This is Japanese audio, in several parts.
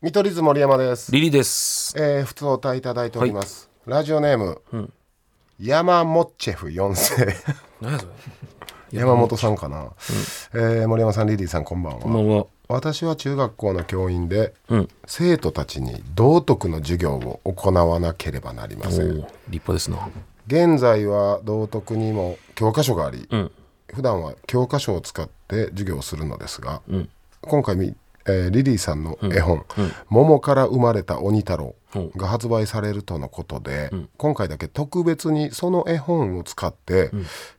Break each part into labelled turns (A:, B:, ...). A: 見取り図森山です。
B: リリです。
A: えー、普通お答えいただいております。ラジオネーム、山モッチェフ4世。
B: 何やそれ。
A: 山本さんかな、えー森山さんリリーさんこんばんは、
B: こんばんは。
A: 私は中学校の教員で、
B: うん。
A: 生徒たちに道徳の授業を行わなければなりま
B: お
A: せん
B: お、立派ですな。
A: 現在は道徳にも教科書があり、
B: ん
A: 普段は教科書を使って授業をするのですが、
B: ん
A: 今回み、えーリリーさんの絵本「桃から生まれた鬼太郎」が発売されるとのことで、今回だけ特別にその絵本を使って、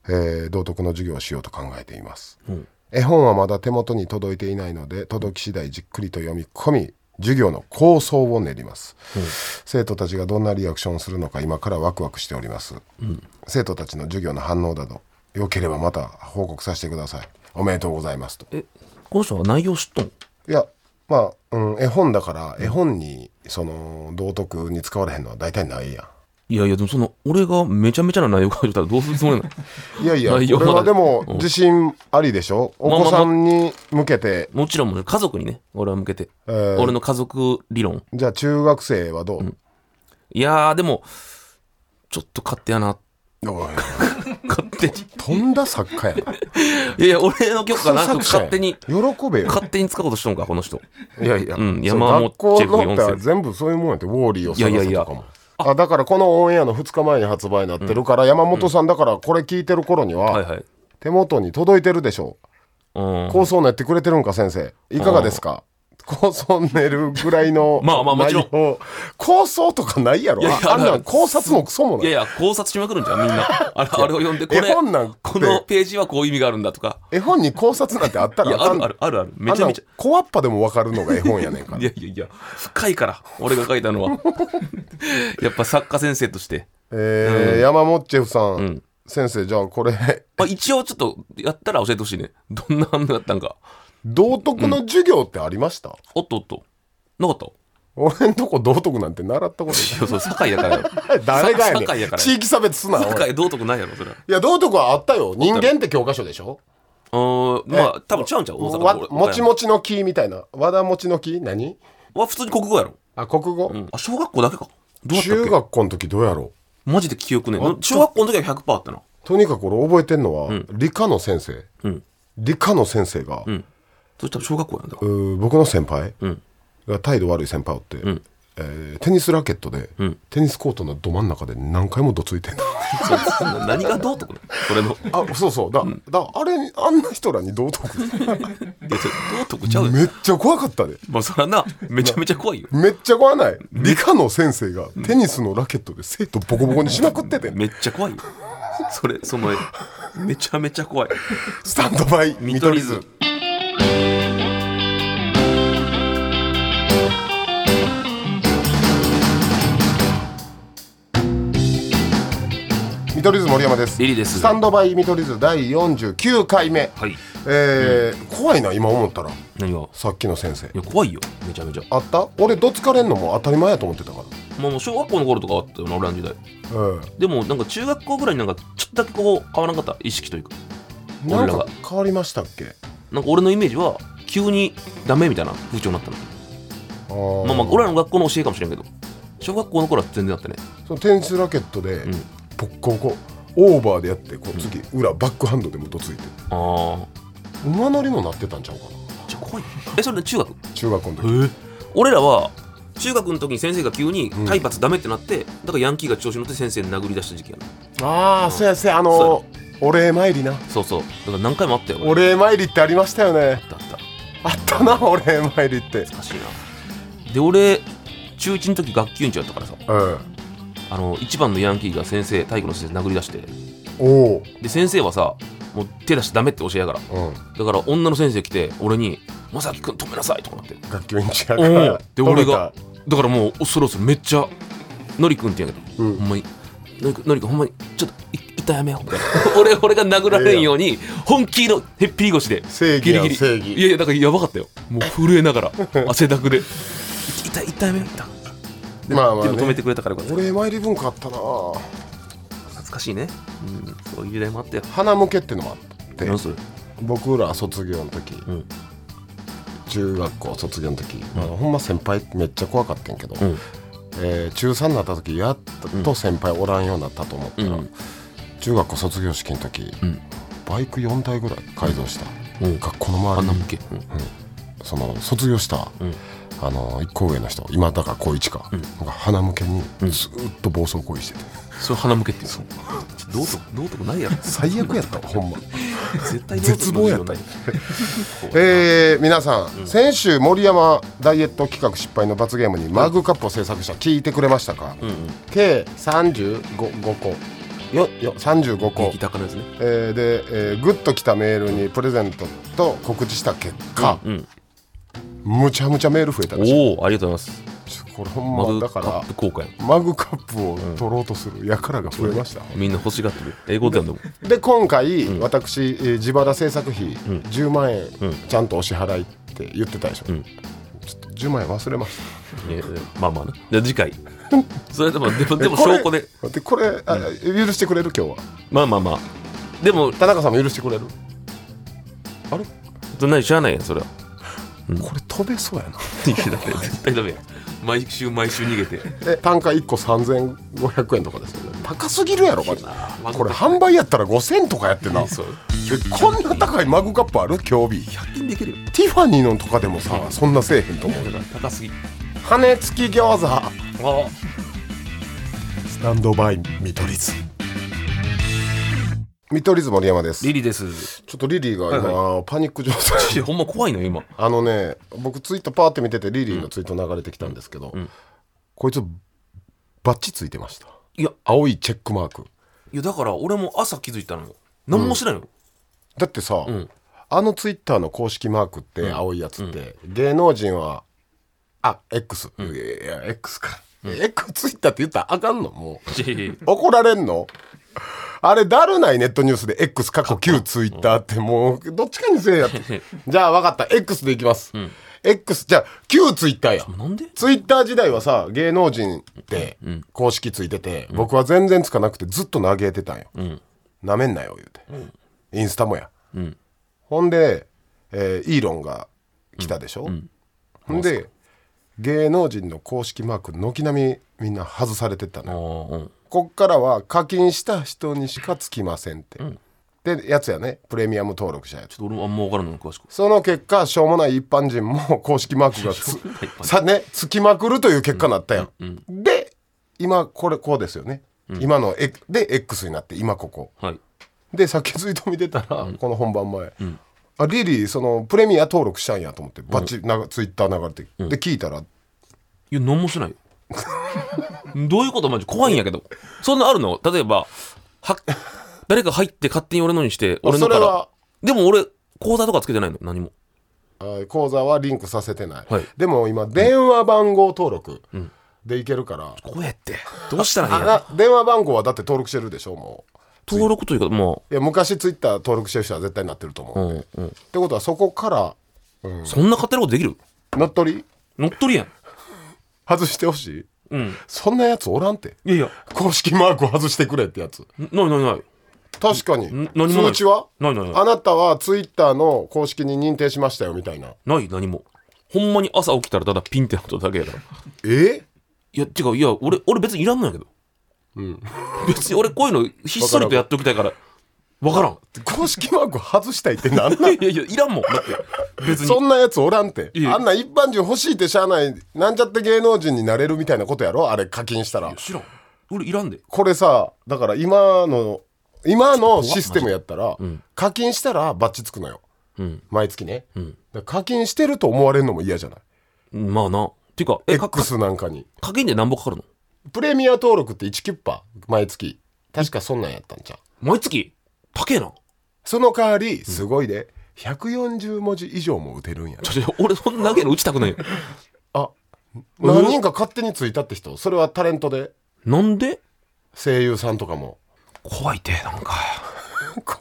A: えー道徳の授業をしようと考えています、
B: うん
A: 絵本はまだ手元に届いていないので届き次第じっくりと読み込み授業の構想を練ります、生徒たちがどんなリアクションをするのか今からワクワクしております、生徒たちの授業の反応など良ければまた報告させてくださいおめでとうございますと
B: え、この人は内容知っとん
A: いやまあ、うん、絵本だから絵本にその道徳に使われへんのは大体ないや
B: いやいや、でもその、俺がめちゃめちゃな内容書いてたらどうするつ もりなの
A: んいやいやこ
B: 内容
A: れ
B: は
A: はでも
B: うん
A: 自信ありでしょお
B: まあま
A: 子
B: あまあ
A: さんに向けて、
B: もちろんもう家族にね、俺は向けて。
A: えー
B: 俺の家族理論。
A: じゃあ中学生はどう、
B: いやー、でも、ちょっと勝手やな。
A: おい
B: 勝手に。
A: 飛んだ作家や ない
B: やいや、俺の許可なく勝手に、
A: 喜べよ
B: 勝手に使うことしとんか、この人。
A: いやいや、
B: うん
A: そう
B: 山本
A: 学校
B: チェフ
A: の
B: 四
A: っ
B: 世
A: て全部そういうもんやってウォーリーを探
B: いやい
A: す
B: やい
A: と
B: や
A: かもあだからこのオンエアの2日前に発売になってるから、山本さんだからこれ聞いてる頃には、
B: はいはい。
A: 手元に届いてるでしょ
B: うん
A: う。構想練ってくれてるんか先生いかがですか構想練るぐらいの
B: まあまあもちろん
A: 内容構想とかないやろ
B: いやいや
A: あんなん考察もクソもない
B: いやいや、考察しまくるんじゃん、 みんな。あれあれを読んで、これ、
A: 絵本なんて
B: このページはこういう意味があるんだとか。
A: 絵本に考察なんてあった
B: い
A: ら
B: や、
A: あ
B: あ
A: かん
B: るあるあるある。めちゃめちゃ
A: あん。な小わっぱでも分かるのが絵本やねんから
B: いやいやいや、深いから、俺が書いたのは。 やっぱ作家先生として。
A: えー山本チェフさん、
B: うん
A: 先生じゃあこれ
B: まあ、一応ちょっとやったら教えてほしいね。どんな反応だったんか。
A: 道徳の授業ってありました、
B: おっとおっと。なかった
A: 俺んとこ道徳なんて習ったこと
B: いや、それ、堺やからよ。
A: ない 誰がや
B: さ堺
A: ね
B: や
A: ん
B: から
A: 地域差別すなおい
B: 堺、道徳ないやろ、それは。
A: いや道徳はあったよ人間って教科書でしょ
B: うーん、まあ、多分違うんちゃう大阪
A: わ
B: と俺
A: もちもちの木みたいな和田もちの木何
B: は普通に国語やろ。
A: あ国語、
B: うん。あ、小学校だけか。どうやった
A: 中
B: っけ
A: 学校の時どうやろう
B: マジで記憶ねえ。小学校の時は100%あったな。
A: とにかく俺覚えてんのは、理科の先生
B: うん。
A: 理科の先生が、
B: うん。そしたら小学校なん だか
A: うー僕の先輩
B: ら。うん。
A: が態度悪い先輩おって、
B: ん
A: えーテニスラケットで、
B: うん
A: テニスコートのど真ん中で何回もどついてんの
B: そうそんな何が道徳なのそれの。
A: あそうそうだ,、だあれにあんな人らに道徳
B: いやそれ道徳ちゃう よ。
A: めっちゃ怖かったで
B: まあ、そらな、めちゃめちゃ怖いよ。
A: めっちゃ怖ない理科の先生がテニスのラケットで生徒ボコボコにしまくってて
B: めっちゃ怖いよ。それ、その絵。めちゃめちゃ怖い。
A: スタンドバイ見
B: 見
A: 取
B: 取
A: り
B: り
A: 図
B: 図
A: 見取り図森山です
B: リリです
A: スタンドバイ見取り図第49回目、
B: はい。
A: えー怖いな今思ったら
B: 何がい
A: さっきの先生
B: や、怖いよ。めちゃめちゃ。
A: あった俺どつかれんのも当たり前やと思ってたか
B: まあ、もう小学校の頃とかあったよな、俺らの時代。
A: ら、うん
B: でも、なんか中学校ぐらいになんか、ちょっとだけこう、変わらなかった。意識というか。
A: な
B: 俺
A: ん
B: ら
A: か
B: が
A: 変わりましたっけ
B: なんか俺のイメージは、急にダメみたいな風潮になったの。
A: あー
B: まあまあ、俺らの学校の教えかもしれんけど。小学校の頃は全然あったね。
A: そのテニスラケットで、
B: ん
A: ボッコボコオーバーでやってこう次、裏バックハンドでもどついて
B: あ
A: 馬乗りもなってたんちゃうかな
B: あ。じゃあ怖い。え、それで中学
A: 中学校の時、
B: え俺らは中学の時に先生が急に体罰ダメってなって、だからヤンキーが調子乗って先生に殴り出した時期やな
A: ああそうやそうやあのーお礼参りな
B: そうそうだから何回もあったよ
A: お礼参りってありましたよね
B: だったお
A: あったなお礼参りって
B: かしいなで俺中1の時学級委員長やったからさ
A: うん
B: あの一番のヤンキーが先生体育の先生殴り出して
A: おお
B: で先生はさもう手出してダメって教えやから
A: うん
B: だから女の先生来て俺に「まさきくん止めなさい」とかなって
A: 学級委員長やから
B: で
A: 止め
B: 俺
A: た
B: がだからもうそろそろめっちゃのりくんって言うんやけど、
A: うん
B: ほんまにのりくんのりくんほんまにちょっとい一旦やめようみ たいな俺俺が殴られんように本気のへっぴり腰で
A: 正義や
B: ギリギリ
A: 正義
B: いやいやだからやばかったよもう震え ながら汗だくでい一旦一旦やめよう一旦で,、
A: まあまあね
B: でも止めてくれたからよかった
A: お礼参り文化あったな
B: 懐かしいね、うん、そういう時代もあったよ
A: 花向けってのもあって
B: 何それ
A: 僕ら卒業の時
B: うん
A: 中学校卒業の時、あのほんま先輩めっちゃ怖かったんけど、えー中3になった時やっと先輩おらんようになったと思ったら、
B: うん
A: 中学校卒業式の時、
B: ん
A: バイク4台ぐらい改造した、
B: うん
A: 学校の周
B: あ
A: り
B: ん
A: に
B: な向け、うん
A: その卒業した、あの一個上の人今だから高一か、なんか鼻向けにずーっと暴走行為してて、
B: それ鼻向けっていうのどうとどうとこないやろ
A: 最悪やった わほんま
B: 絶対どう
A: 絶
B: と
A: 望
B: こ
A: や
B: な
A: った
B: いよ
A: えー、皆さん、先週森山ダイエット企画失敗の罰ゲームにマグカップを制作した聞いてくれましたか、計35五個よよ35個
B: 右高のやつね
A: えーで、えーグッときたメールにプレゼントと告知した結果、
B: うん
A: むちゃむちゃメール増えたらしい
B: おおありがとうございま
A: これほんますだ
B: マグ
A: か
B: カ
A: ら
B: ップ公開
A: マグカップを取ろうとする輩が増えました、
B: みんな欲しがってる英語でも
A: で今回、私、えー自腹制作費10万円ちゃんとお支払いって言ってたでしょ、
B: ん
A: ちょっと10万円忘れまし
B: えーまあまあなじゃあ次 回それでもで
A: た
B: もで
A: え
B: も
A: これ
B: 証拠で
A: でこれ、あ許してくれる今日は
B: まあまあまあでも
A: 田中さんも許してくれるあれ、
B: 何しゃあないやんそれは
A: これ飛べそうやな
B: 逃げだ って絶対ダメやん毎週毎週逃げて
A: で単価1個3500円とかですよね高すぎるやろこれ
B: マグカップ
A: これ販売やったら5000とかやってな
B: そう
A: えこんな高いマグカップある競技
B: 100均できるよ
A: ティファニーのとかでもさそんなせえへんと思うけど
B: 高すぎ
A: 羽付き餃子
B: あ
A: スタンドバイ見取り図見取り図森山です
B: リリーです
A: ちょっとリリーが今、パニック状態
B: いやほんま怖いのよ今
A: あのね僕ツイートパーって見ててリリーのツイート流れてきたんですけど、こいつバッチついてました
B: いや
A: 青いチェックマーク
B: いやだから俺も朝気づいたのよ何もしないの、
A: だってさ、あのツイッターの公式マークって青いやつって、芸能人はあ X、いやいや X か、X ツイッターって言ったらあかんのもう
B: いやいやいや
A: 怒られんのあれだるないネットニュースで X 過去旧ツイッターってもうどっちかにせえやって じゃあ分かった X でいきます、X じゃあ旧ツイッターや
B: なんで
A: ツイッター時代はさ芸能人って公式ついてて、僕は全然つかなくてずっと嘆いてたんよな、めんなよ言うて、インスタもや、ほんで、えーイーロンが来たでしょ、ほんで芸能人の公式マーク軒並みみんな外されてった
B: あ
A: の
B: ーうん
A: こっからは課金した人にしかつきませんって、でやつやねプレミアム登録者やつ
B: ちょっと俺もあんま分からんの詳しく
A: その結果しょうもない一般人も 公式マークが
B: しょうもない一般人
A: つさねつきまくるという結果になったやん、で今これこうですよね、今の、えで X になって今ここ
B: はい
A: でさっきツイート見てたら、この本番前、あリリーそのプレミア登録したんやと思ってバッチなツイッター流れて、で聞いたら
B: いや何もしないよどういうことマジ怖いんやけどそんなあるの例えばは誰か入って勝手に俺のにして俺のか
A: それ
B: ら
A: は
B: でも俺口座とかつけてないの何も
A: あ口座はリンクさせてない、
B: はい
A: でも今電話番号登録でいけるから、
B: 怖えってどうしたらいいんや
A: あな電話番号はだって登録してるでしょもう
B: 登録というかま
A: いや昔ツイッター登録してる人は絶対なってると思
B: あう
A: う、っ
B: んうん
A: てことはそこから
B: そんな勝手なことできる
A: 乗っ取り
B: 乗っ取りやん
A: 外してほしい
B: うん
A: そんなやつおらんて
B: いやいや
A: 公式マークを外してくれってやつ
B: んないないない
A: 確かに
B: ん何もない
A: 通知は
B: ないないない
A: あなたはツイッターの公式に認定しましたよみたいな
B: ない何もほんまに朝起きたらただピンってなっただけやから
A: え
B: いや違ういや俺俺別にいらんのやけどうん別に俺こういうのひっそりとやっておきたいから分からん
A: 公式マーク外したいってなんなん
B: いやいやいらんもんだって別に
A: そんなやつおらんて
B: いや
A: あんな一般人欲しいってしゃあないなんちゃって芸能人になれるみたいなことやろあれ課金したら
B: 知らん俺いらんで
A: これさだから今の今のシステムやったら、課金したらバッチつくのよ、毎月ね、だから課金してると思われるのも嫌じゃない
B: まあなていうかえかか
A: X なんかに
B: 課金で何ぼかかるの
A: プレミア登録って1キュッパ毎月確かそんなんやったんちゃう
B: 毎月高えな
A: その代わりすごいで、140文字以上も打てるんや
B: ちょちょ俺そんな投げの打ちたくないよ
A: あ何人か勝手についたって人それはタレントで
B: なんで
A: 声優さんとかも
B: 怖いてなんか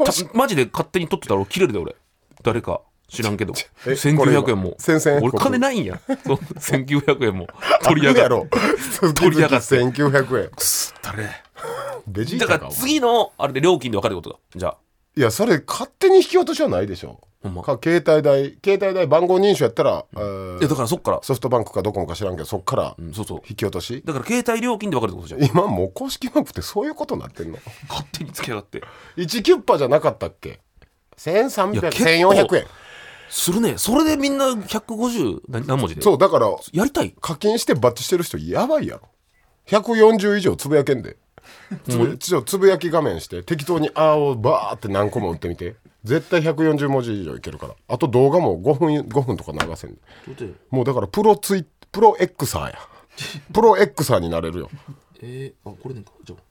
B: たマジで勝手に取ってたら俺切れるで俺誰か知らんけど
A: えこれ今
B: 1900円も
A: 宣戦布
B: 俺
A: 告
B: 金ないんや そう1900円も取
A: 取
B: りや
A: りや
B: がる
A: ろ取
B: 取りやがって
A: 1900円
B: 誰
A: ベジー
B: だか
A: タ
B: ら
A: かお前
B: 次のあれで料金で分かることだじゃあ
A: いやそれ勝手に引き落としはないでしょ
B: ほんま
A: か携帯代携帯代番号認証やったら、えー
B: いやだからそっから、
A: ソフトバンクかドコモか知らんけどそっから
B: うん、そうそう
A: 引き落とし、
B: だから携帯料金で分かるってことじゃん
A: 今もう公式バンクってそういうことになってんの
B: 勝手につけやがって
A: 1キュッパじゃなかったっけ
B: い
A: 1300
B: や結構
A: 1400円
B: するねそれでみんな150何何文字で
A: そうだから
B: やりたい
A: 課金してバッチしてる人やばいやろ140以上つぶやけんでつぶ,、つぶやき画面して適当に「あ」をバーって何個も打ってみて絶対140文字以上いけるからあと動画も5分5分とか流せんでもうだからプロツイプロエクサーやプロエクサーになれるよ
B: えー、あこれねじゃあ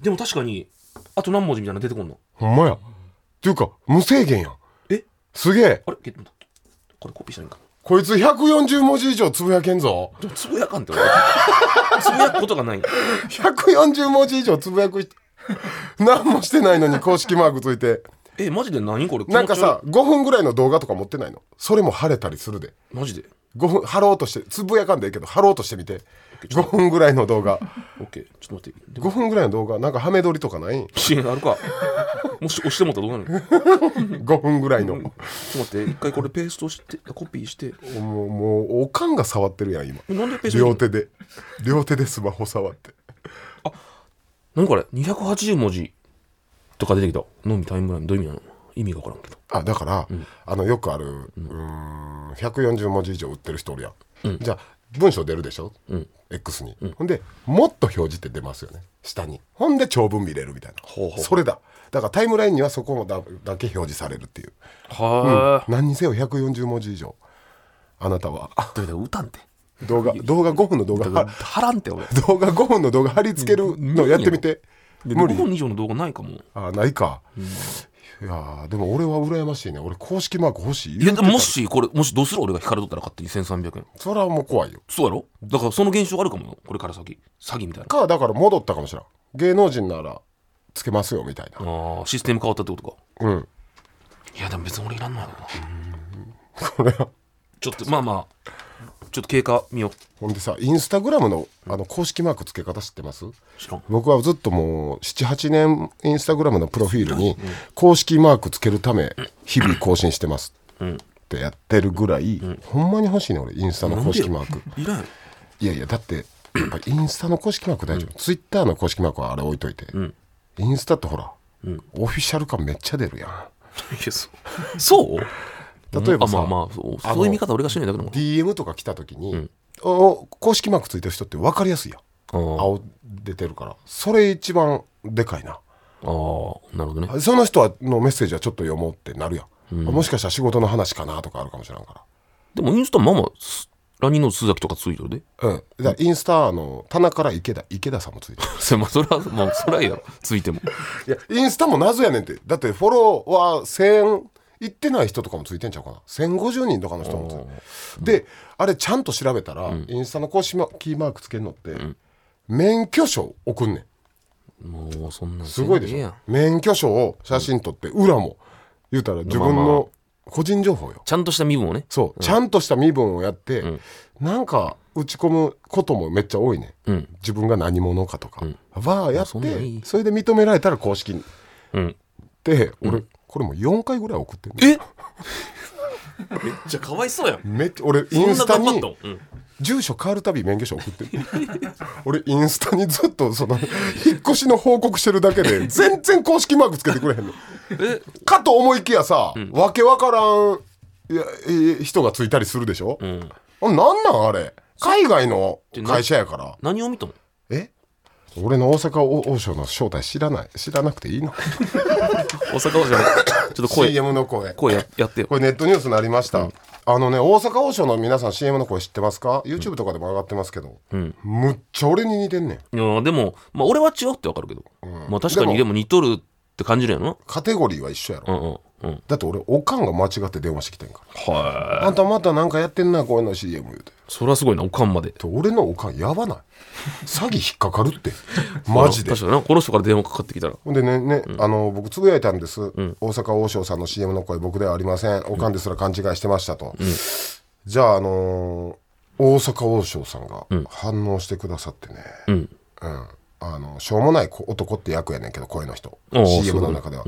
B: でも確かにあと何文字みたいなの出てこんの
A: ほんまやっていうか無制限やん
B: え
A: すげえ
B: あれ消えてもうたこれコピーしたらいいんか
A: こいつ140文字以上つぶやけんぞ
B: でもつぶやかんって俺 つぶやくことがない
A: 140文字以上つぶやく人何もしてないのに公式マークついて
B: えマジで何これ
A: なんかさ5分ぐらいの動画とか持ってないのそれも晴れたりするで
B: 気持ち悪いマジで
A: 5分貼ろうとしてつぶやかんでいいけど貼ろうとしてみて5分ぐらいの動画
B: オッケーちょっと待ってでも
A: 5分ぐらいの動画なんかハメ撮りとかない
B: 支援 あるかもし押してもらったらどうなるの
A: 5分ぐらいのも
B: ちょっと待って、一回これペーストして、コピーして。
A: うもうおかんが触ってるやん今
B: えなんでペースト
A: 両
B: し
A: 手
B: て
A: で両手でスマホ触って
B: 何これ ?280 文字とか出てきた。のみタイムライン、どういう意味なの意味がわからんけど。
A: あだから、あのよくあるうーん140文字以上売ってる人おるやん、じゃあ文章出るでしょ、X に、ほんでもっと表示って出ますよね下にほんで長文見れるみたいな
B: ほうほう
A: それだだからタイムラインにはそこだだけ表示されるっていう
B: は
A: 何にせよ140文字以上あなたはあ
B: ぁ。どうだ、歌んて。
A: 動画動画5分の動画
B: だから、
A: は
B: はらんて、俺。
A: 動画5分の動画貼り付けるのやってみて
B: で
A: 無理
B: 5本以上の動画ないかも。
A: あないか、いやーでも俺は羨ましいね俺公式マーク欲しい
B: いや、でもも
A: し
B: し、これ、もしどうする俺が引かれとったら勝手に1300円。
A: それはもう怖いよ
B: そうやろだから、その現象あるかもよ。これから先。詐欺みたいな。
A: かだから戻ったかもしれん芸能人ならつけますよみたいな
B: ああ、システム変わったってことか。
A: うん
B: いや、でも別に俺いらんのやろな。
A: これは
B: ちょっと、まあまあ、ちょっと経過見よ
A: ほんでさインスタグラムのあの公式マークつけ方知ってます
B: う。知らん。
A: 僕はずっともう78年インスタグラムのプロフィールに公式マークつけるため日々更新してますってやってるぐらい、ほんまに欲しいね俺インスタの公式マーク
B: いらんよ。
A: いやいやだってやっぱインスタの公式マーク大丈夫、ツイッターの公式マークはあれ置いといて、インスタってほら、オフィシャル感めっちゃ出るやん
B: いやそうそう
A: 例えばさ
B: あまあまあそう
A: あの
B: そういう見方俺がしないだけだもん
A: DM とか来た時に、お公式マークついてる人って分かりやすいやん
B: あー
A: 青出てるからそれ一番でかいな
B: あーなるほどね
A: その人のメッセージはちょっと読もうってなるやん、もしかしたら仕事の話かなとかあるかもしれんか
B: でもインスタまあまあすラニーの鈴崎とかついてるで
A: らうんだからインスタあの棚から池田池田さんもついてる
B: それまあそれはまあそれはいいやろついても
A: いやインスタも謎やねんってだってフォロワー1000いってない人とかもついてんちゃうかな1050人とかの人もついてるであれちゃんと調べたら、インスタの公式マキーマークつけるのって、免許証送んねん
B: もうそんなん
A: すごいでし
B: ええや
A: ょ
B: ん
A: 免許証を写真撮って裏も言うたら自分
B: まあまあ
A: の個人情報よ
B: ちゃんとした身分をね
A: そう、ちゃんとした身分をやって、なんか打ち込むこともめっちゃ多いね、
B: ん
A: 自分が何者かとか、わあやってそ
B: そんなんいい
A: れで認められたら公式
B: うん
A: で俺、これも4回ぐらい送ってんの
B: えめっちゃかわいそうやん
A: めっちゃ俺イ
B: そん
A: ン
B: な
A: スタ
B: 頑張っ
A: に
B: たんうん
A: 住所変わるたび免許証送ってる 俺インスタにずっとその 引っ越しの報告してるだけ で全然公式マークつけてくれへんの
B: え
A: かと思いきやさ、わけわからんいやえ人がついたりするでしょ、
B: ん
A: あなんなんあれ海外の会社やから
B: 何を見たの
A: え俺の大阪王将の正体知らない知らなくていいの
B: 大阪王将のちょっと 声
A: CM の声
B: 声ややってよ
A: これネットニュースになりました、あのね大阪王将の皆さん CM の声知ってますか YouTube とかでも上がってますけど、むっちゃ俺に似てんねん
B: いやでもまあ俺は違うってわかるけどまあ確かに
A: で
B: でも似とるって感じるやろ
A: カテゴリーは一緒やろ、
B: なうんうんうん
A: だって俺おかんが間違って電話してきてんから
B: はい
A: あんたまたなんかやってんなこういうの CM 言うて
B: それはすごいなおかんまで
A: で俺のおかんやばない詐欺引っかかる ってマジで
B: 確かになこの人から電話かかってきたら
A: ほんでねね、あの僕つぶやいたんです、大阪王将さんの CM の声僕ではありませんおかんですら勘違いしてましたと、じゃああのー大阪王将さんが反応してくださってね、
B: うん
A: うんあのしょうもないこ男って役やねんけど声の人
B: おう
A: CM の中では、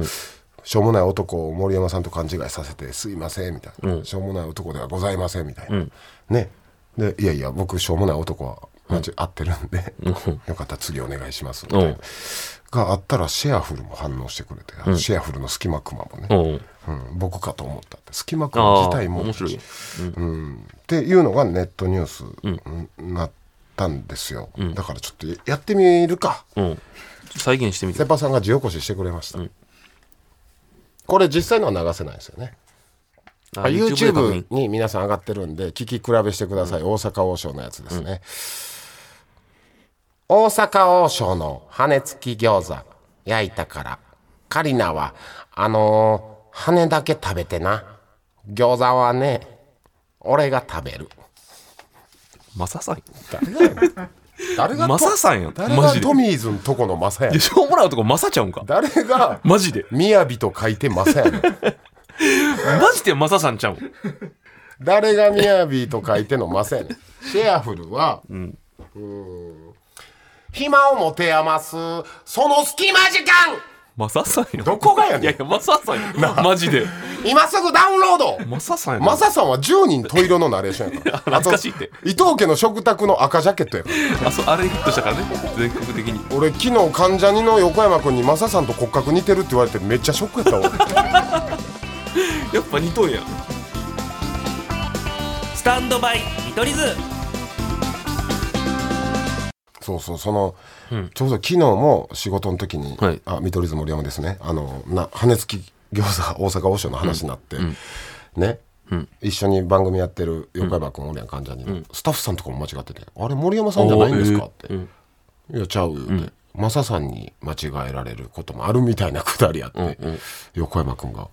A: しょうもない男を森山さんと勘違いさせて「すいません」みたいな、
B: うん
A: しょうもない男ではございません」みたいな、
B: うん
A: ねでいやいや僕しょうもない男は間違ってるんで、よかったら次お願いしますみたいな、
B: うん
A: があったらシェアフルも反応してくれて、シェアフルの隙間クマもね、
B: うん。
A: うん、僕かと思ったって隙間クマ
B: あ
A: 自
B: あ、
A: 体も
B: 面白い。
A: うん、っていうのがネットニュースになったんですよ、だからちょっとやってみるか
B: うん。再現してみて
A: セ。パさんが地起こししてくれました、これ実際のは流せないですよね
B: あ
A: あ
B: YouTube で確
A: YouTube
B: 認
A: に皆さん上がってるんで聞き比べしてください、大阪王将のやつですね、大阪王将の羽付き餃子焼いたからカリナはあのー羽だけ食べてな餃子はね俺が食べる
B: マサさんや。
A: 誰がやねん誰がと
B: マサさんや。
A: 誰が
B: マジで
A: ト。ミーズのとこのマサや
B: い
A: ね
B: や
A: ん
B: しょうもない男、マサちゃうんか。
A: 誰が
B: マジで。
A: 雅と書いてマサやねん
B: マジでマサさんちゃうん。
A: 誰がみやびと書いてのませんシェアフルは、うーん、暇を持て余すその隙間時間
B: マサさんや。
A: どこがや
B: いや
A: ね
B: いや、マサさんや。マジで。
A: ん今すぐダウンロード
B: マサさんやな。
A: マサさんは10人十色のナレーションやから
B: 懐かしいって
A: あと伊藤家の食卓の赤ジャケットやから
B: あそうあれヒットしたからね全国的に
A: 俺昨日関ジャニの横山君にマサさんと骨格似てるって言われてめっちゃショックやったわ
B: やっぱ似とんやスタンドバイ見取り図
A: そうそうその、ちょうど昨日も仕事の時に、
B: はい
A: あ見取り図森山ですねあのな羽付き餃子大 阪王将の話になって、ね、一緒に番組やってる横山君おるやん患者に、スタッフさんとかも間違ってて「あれ森山さんじゃないんですか?」って
B: うん
A: 「いやちゃう」って、マサさんに間違えられることもあるみたいなくだりやって、横山君が、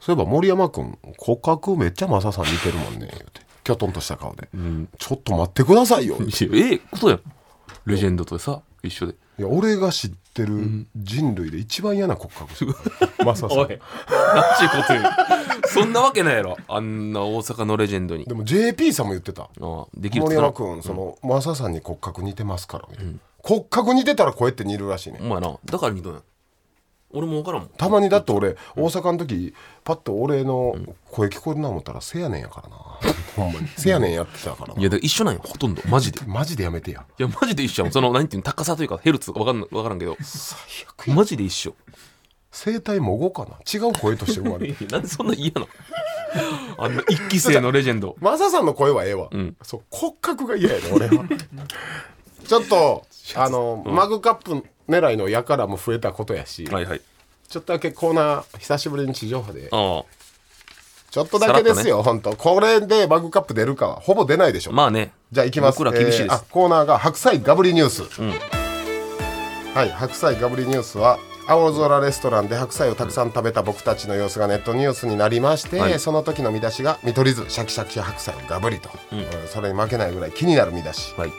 A: そういえば森山君骨格めっちゃマサさん似てるもんね」言うてきょとんとした顔で、ちょっと待ってくださいよ」
B: ええことやんレジェンドとさ一緒で
A: いや俺が知ってる人類で一番嫌な骨格 マサさ
B: お
A: ん
B: いなっちゅうこと言うそんなわけないやろあんな大阪のレジェンドに
A: でも JP さんも言ってた
B: ああできるっ
A: 森
B: つった
A: 山
B: ら
A: 君そのマサさんに骨格似てますからみたいな、骨格似てたらこうやって似るらしいね
B: お前なだから似とんやん俺も分からんもん
A: たまにだって俺大阪の時パッと俺の声聞こえるな思ったら「せやねん」やから なほんまに「せやねん」やってたから
B: いやだから一緒なんよほとんどマジで
A: マジでやめてや
B: いやマジで一緒やんそのなんていうの高さというかヘルツわかんなわからんけど
A: 最悪
B: マジで一緒
A: 声帯もごかな違う声として生まれ
B: い
A: る
B: やなんでそんな嫌なのあんな一期生のレジェンド
A: マサさんの声はええわ、
B: ん
A: そう骨格が嫌やね俺は ちょっとあの、マグカップ狙いのやからも増えたことやし、
B: はいはい
A: ちょっとだけコーナー久しぶりに地上波で
B: あ
A: ちょっとだけですよ、本当これでマグカップ出るかはほぼ出ないでしょ、
B: あまあね
A: じゃあ行きます。
B: 僕ら厳しい
A: え
B: で
A: ーあ
B: す、
A: コーナーが白菜ガブリニュース。はい、白菜ガブリニュースは青空レストランで白菜をたくさん食べた僕たちの様子がネットニュースになりまして、
B: はい
A: その時の見出しが見取り図シャキシャキ白菜をガブリと、うんそれに負けないぐらい気になる見出し。
B: はい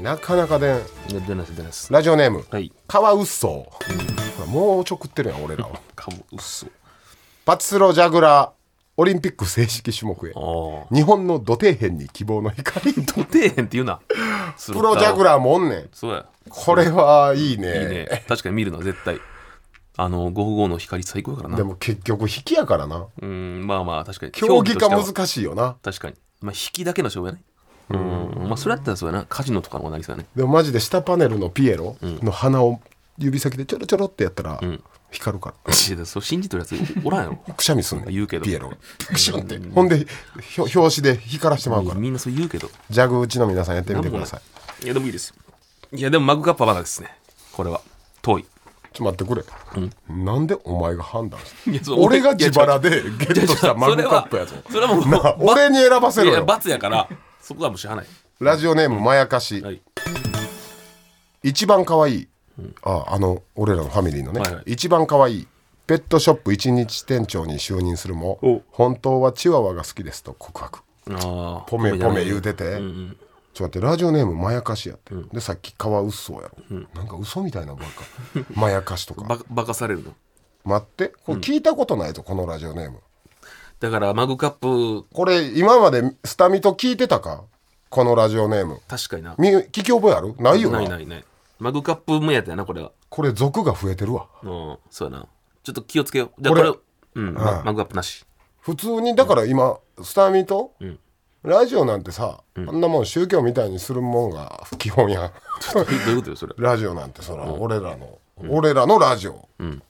A: なかなかでん
B: いや出ないです出ないです
A: ラジオネーム、
B: はい
A: カワウッソー。ほらもうおちょくってるやん俺らは。
B: かもうっそ
A: パチスロジャグラーオリンピック正式種目へ
B: ああ
A: 日本の土底辺に希望の光。
B: 土底辺って言うなプ
A: プロジャグ
B: ラー
A: ラーもおんねん。
B: そうや
A: これはいいね。
B: いいね確かに見るのは絶対あの55の光最高やからな
A: でも結局引きやからな。
B: うんまあまあ確かに
A: 競技
B: と
A: が
B: しては
A: 難しいよな。
B: 確かにまあ引きだけの勝負やねうんまあそれやったらそうやなカジノとかの方がなりそうやね
A: でもマジで下パネルのピエロの鼻を指先でちょろちょろってやったら光るから。
B: いやそう信じてるやつお らんやろ
A: くしゃみすんねん。
B: 言うけど
A: ピエロが。クシュンって。ほんで、ひょ表紙で光らしてもらうから。
B: みんなそう言うけど
A: ジャグ打ちの皆さんやってみてください。
B: いやでもいいですいやでもマグカップはまだですねこれは遠い
A: ちょっと待ってくれ。なんでお前が判断す
B: いやそう
A: る俺が自腹でゲットしたマグカップやぞ。
B: それはもう
A: なあ俺に選ばせ
B: い
A: ろ
B: や
A: よ。
B: 罰やからそこはもうしゃあない
A: ラジオネームまやかし。
B: はい
A: 一番可愛い、ああの俺らのファミリーのね、
B: はいはい
A: 一番可愛いペットショップ一日店長に就任するも
B: お
A: 本当はチワワが好きですと告白
B: ああ
A: ポメポメ言うてて、ちょっと待ってラジオネームまやかしやって、でさっき川嘘やろ、なんか 嘘みたいなバカまやかしとか
B: バカバカされるの
A: 待ってこれ聞いたことないぞこのラジオネーム
B: だからマグカップ
A: これ今までスタミと聞いてたかこのラジオネーム
B: 確かにな
A: み聞き覚えあるないよな
B: ないないないマグカップ目当てやなこれは
A: これ族が増えてるわ
B: うんそうやなちょっと気をつけよう。じゃあ
A: こ
B: こ
A: れ
B: れ、うん、まマグアップなし。
A: 普通にだから今スタミと、
B: ん
A: ラジオなんてさ、あんなもん宗教みたいにするもんが基本やん
B: どういうことよ、それ。
A: ラジオなんてそら、俺らの、俺らのラジオ、
B: ん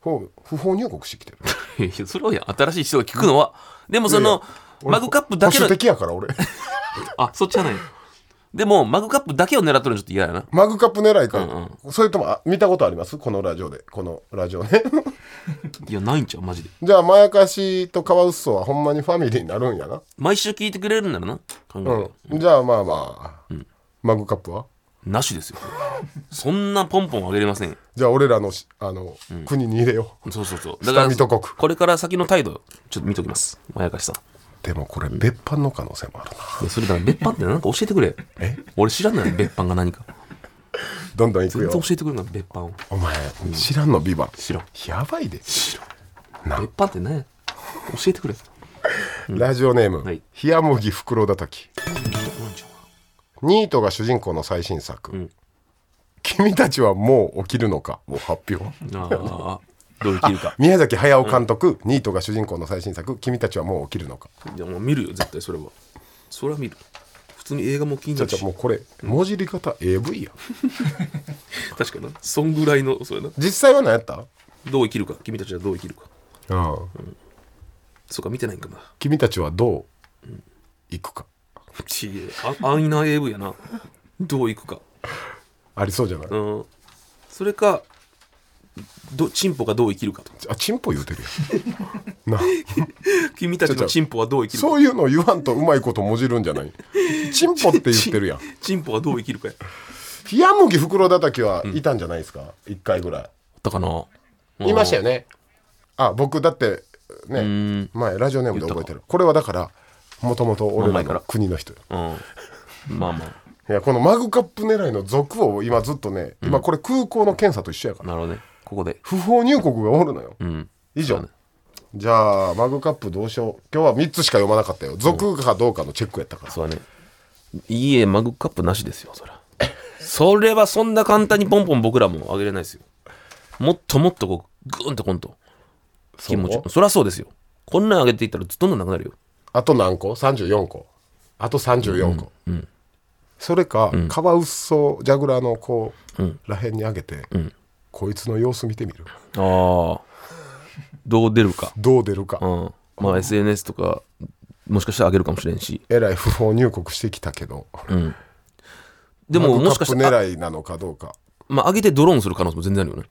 A: ほう不法入国してきてる
B: いやいやそれをや新しい人が聞くのは、でもその、マグカップだけ
A: 保
B: の
A: 守、的やから俺
B: あ、そっちじゃない。でも、マグカップだけを狙っとるのちょっと嫌やな。
A: マグカップ狙いか、
B: うん
A: それともあ見たことありますこのラジオでこのラジオね
B: いや、ないんちゃう、マジで。
A: じゃあまやかしとカワウソはほんまにファミリーになるんやな
B: 毎週聞いてくれるんならな、考えたら
A: うん、じゃあまあまあ、マグカップは
B: なしですよ。そんなポンポンあげれませんよ。
A: じゃあ俺らのしあの、国に入れよ
B: そうそうそう。だ
A: 下
B: から、
A: 見とこく
B: これから先の態度、ちょっと見ときます。まやかしさん。
A: うでもこれ別班の可能性もあるない
B: やそれだから別班ってなんか教えてくれ。俺知らんのよ、別班が何か。
A: どんどん行く
B: 全然
A: よ
B: 教えてくれんの別班を。
A: お前知らんのビバン
B: 知らん。
A: やばいでな
B: 別班って何や教えてくれ。
A: ラジオネーム、
B: はい
A: 冷や麦袋叩きニートが主人公の最新作、
B: ん
A: 君たちはもう起きるのか」を発表
B: ああ、どう生きるか。
A: 宮崎駿監督、ニートが主人公の最新作「君たちはもう起きるのか
B: いや、もう見るよ、絶対それは。それは見る。普通に映画も気に」な
A: ちょ
B: る
A: ち
B: し
A: ょもうこれ文字入り方 AV やん
B: 確かにな。そんぐらいの、それな。
A: 実際は何やった
B: どう生きるか。君たちはどう生きるか。
A: うん
B: そうか、見てないんかな。
A: 君たちはどういくか
B: ちえ、あ安易な AV やな。どういくか。
A: ありそうじゃない、
B: うん。それか、ど、チンポがどう生きるかと。
A: あチンポ言うてる やんな
B: 君たちのチンポはどう生きるか。
A: そういうの言わんとうまいこともじるんじゃないチンポって言ってるやん
B: チンポはどう生きるかや。
A: 冷や麦袋叩きはいたんじゃないですか、一回ぐらい
B: だかな。
A: いました
B: よ。
A: よねあ僕だってね
B: ん
A: 前ラジオネームで覚えてるこれはだからもともと俺ら
B: 前か
A: の
B: ら
A: 国の人よ
B: うん。まあまあ。
A: いやこのマグカップ狙いの続を今ずっとね、今これ空港の検査と一緒やから
B: なるほどね。ここで。
A: 不法入国がおるのよ、
B: うん。
A: 以
B: そう
A: 上
B: ね
A: じゃあマグカップどうしよう今日は3つしか読まなかったよ続かどうかのチェックやったから
B: そうだね。いいえ、マグカップなしですよ、そら。それはそんな簡単にポンポン僕らもあげれないですよ。もっともっとこう、グーンとこんと。気持ち。そりゃそうですよ。こんなんあげていったらどんどんなくなるよ。
A: あと何個 ?34 個あと34個、それか、カワウソジャグラーの子らへんにあげて、こいつの様子見てみる
B: ああ。どう出るか。
A: どう出るか、
B: うん。まあ SNS とか、もしかしたらあげるかもしれんし。
A: えらい不法入国してきたけど、
B: でも、
A: マグ
B: もし
A: カ
B: か
A: ップ
B: したら、
A: 狙いなのかどうか
B: まあ、上げてドローンする可能性も全然あるよね。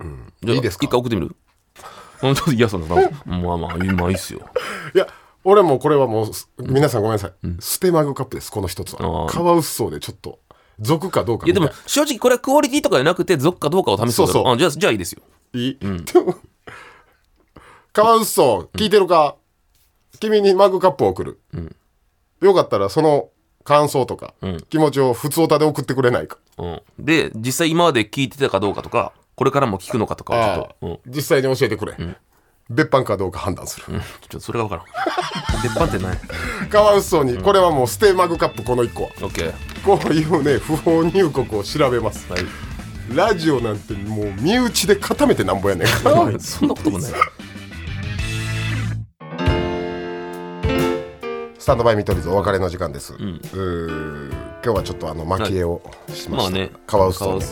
B: うん。
A: いいですか
B: 一回送ってみるうんちょっと嫌そうな。まあまあ、まあいいっすよ。
A: いや俺もこれはもうす皆さんごめんなさい、ステマグカップですこの一つは
B: あー
A: カワウソでちょっと続かどうか
B: いや
A: み
B: で
A: たい
B: も正直これはクオリティとかじゃなくて続かどうかを試すこと
A: そうそう
B: あじゃあじゃあいいですよ
A: いい、でも カワウソ聞いてるか、君にマグカップを送る、よかったらその感想とか、気持ちを普通歌で送ってくれないか
B: うん、で実際今まで聞いてたかどうかとかこれからも聞くのかとかをちょっと,、うん、ちょ
A: 実際に教えてくれ、別班かどうか判断す る、
B: っとそれが分から ん出っ張ってない
A: カワウソにこれはもうステマグカップこの1個は
B: OK は
A: こういうね不法入国を調べます
B: い
A: ラジオなんてもう身内で固めてなんぼ やねんから
B: そんなこともない
A: スタンドバイ見取り図お別れの時間です、うー今日はちょっとあの蒔絵をしま
B: ま
A: し
B: あ
A: た、
B: ね
A: カワウソ
B: カ
A: に
B: ウに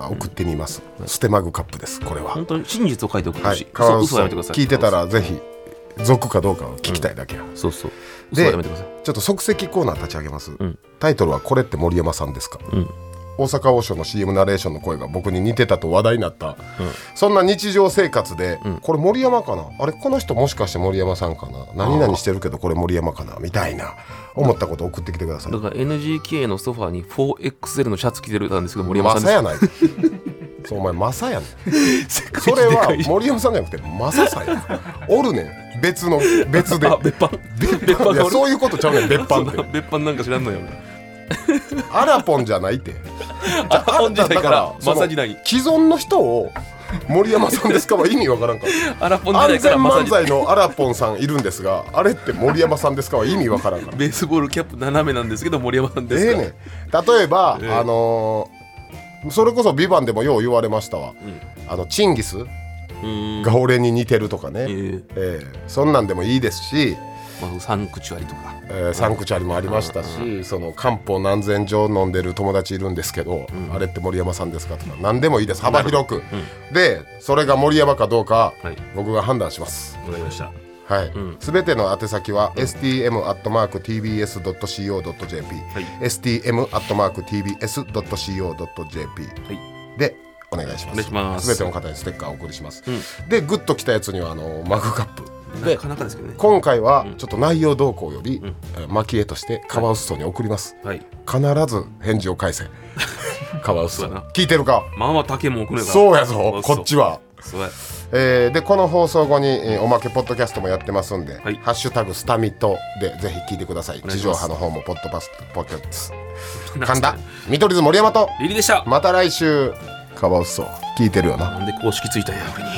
A: あ送ってみます、ステマグカップですこれは、
B: 本当に真実を書いておく
A: は
B: ほし
A: い
B: い、
A: カワウ
B: 嘘
A: ソ
B: は
A: ん
B: やめてくださ
A: 聞
B: い
A: いてた
B: カワウ
A: らぜひ属かどうかを聞きたいだけや、
B: ソそうそう嘘
A: で
B: はやめてください
A: ちょっと即席コーナー立ち上げます、
B: ん
A: タイトルは「これって森山さんですか?」
B: ん
A: 大阪王将の CM ナレーションの声が僕に似てたと話題になった、そんな日常生活で、これ森山かなあれこの人もしかして森山さんかな何々してるけどこれ森山かなみたいな思ったことを送ってきてください
B: だから NGK のソファーに 4XL のシャツ着てるんですけど森山
A: マ
B: さんで
A: サ
B: す
A: やないかそうお前マサやねんそれは森山さんじゃなくてマサさん やおるねん別の別で
B: あ別班別班
A: い
B: が
A: や
B: 俺
A: そういうことちゃうねん別班っ
B: そう
A: て
B: だ 別班なんか知らんのよ
A: アラポンじゃないって
B: あ本時代から
A: そ
B: マ
A: の
B: サ時代に
A: 既存の人を森山さんですかは意味わからんから
B: アラポン時
A: 安
B: 代か
A: 全
B: らマサ
A: 漫
B: 時代
A: 才のアラポンさんいるんですがあれって森山さんですかは意味わからん から
B: ベースボールキャップ斜めなんですけど森山さんです
A: ええ
B: から、
A: ねん例えば、あのーそれこそ「ビバンでもよう言われましたわ、あのチンギス
B: うん
A: が俺に似てるとかね、
B: えー
A: ええそんなんでもいいですし、
B: まあ、サンクチュアリとか
A: えーサンクチャリもありましたし、その漢方何千錠飲んでる友達いるんですけど、あれって森山さんですかとか何でもいいです幅広く、でそれが森山かどうか、
B: はい
A: 僕が判断します
B: わかりました
A: はい、すべての宛先は、stm.tbs.co.jp、
B: はい
A: stm.tbs.co.jp
B: はい
A: でお願いしま
B: お願い
A: す
B: します
A: べての方にステッカーをお送りします、でグッときたやつにはあのマグカップ
B: なかなかですけどね
A: 今回はちょっと内容動向より、えー蒔絵としてカワウソに送ります、
B: はい
A: 必ず返事を 返せカワウソ
B: そうやな
A: 聞いてるか
B: まあまあ竹も送れば
A: そうやぞこっち
B: は
A: は、
B: そうや
A: えーでこの放送後に、えーおまけポッドキャストもやってますんで「
B: はい
A: ハッシュタグスタミト」でぜひ聞いてください
B: 願いします
A: 地上波の方もポッドパスポケッツ神田見取り図森山と
B: リリでした
A: また来週カワウソ聞いてるよな
B: なんで公式ついたんや俺に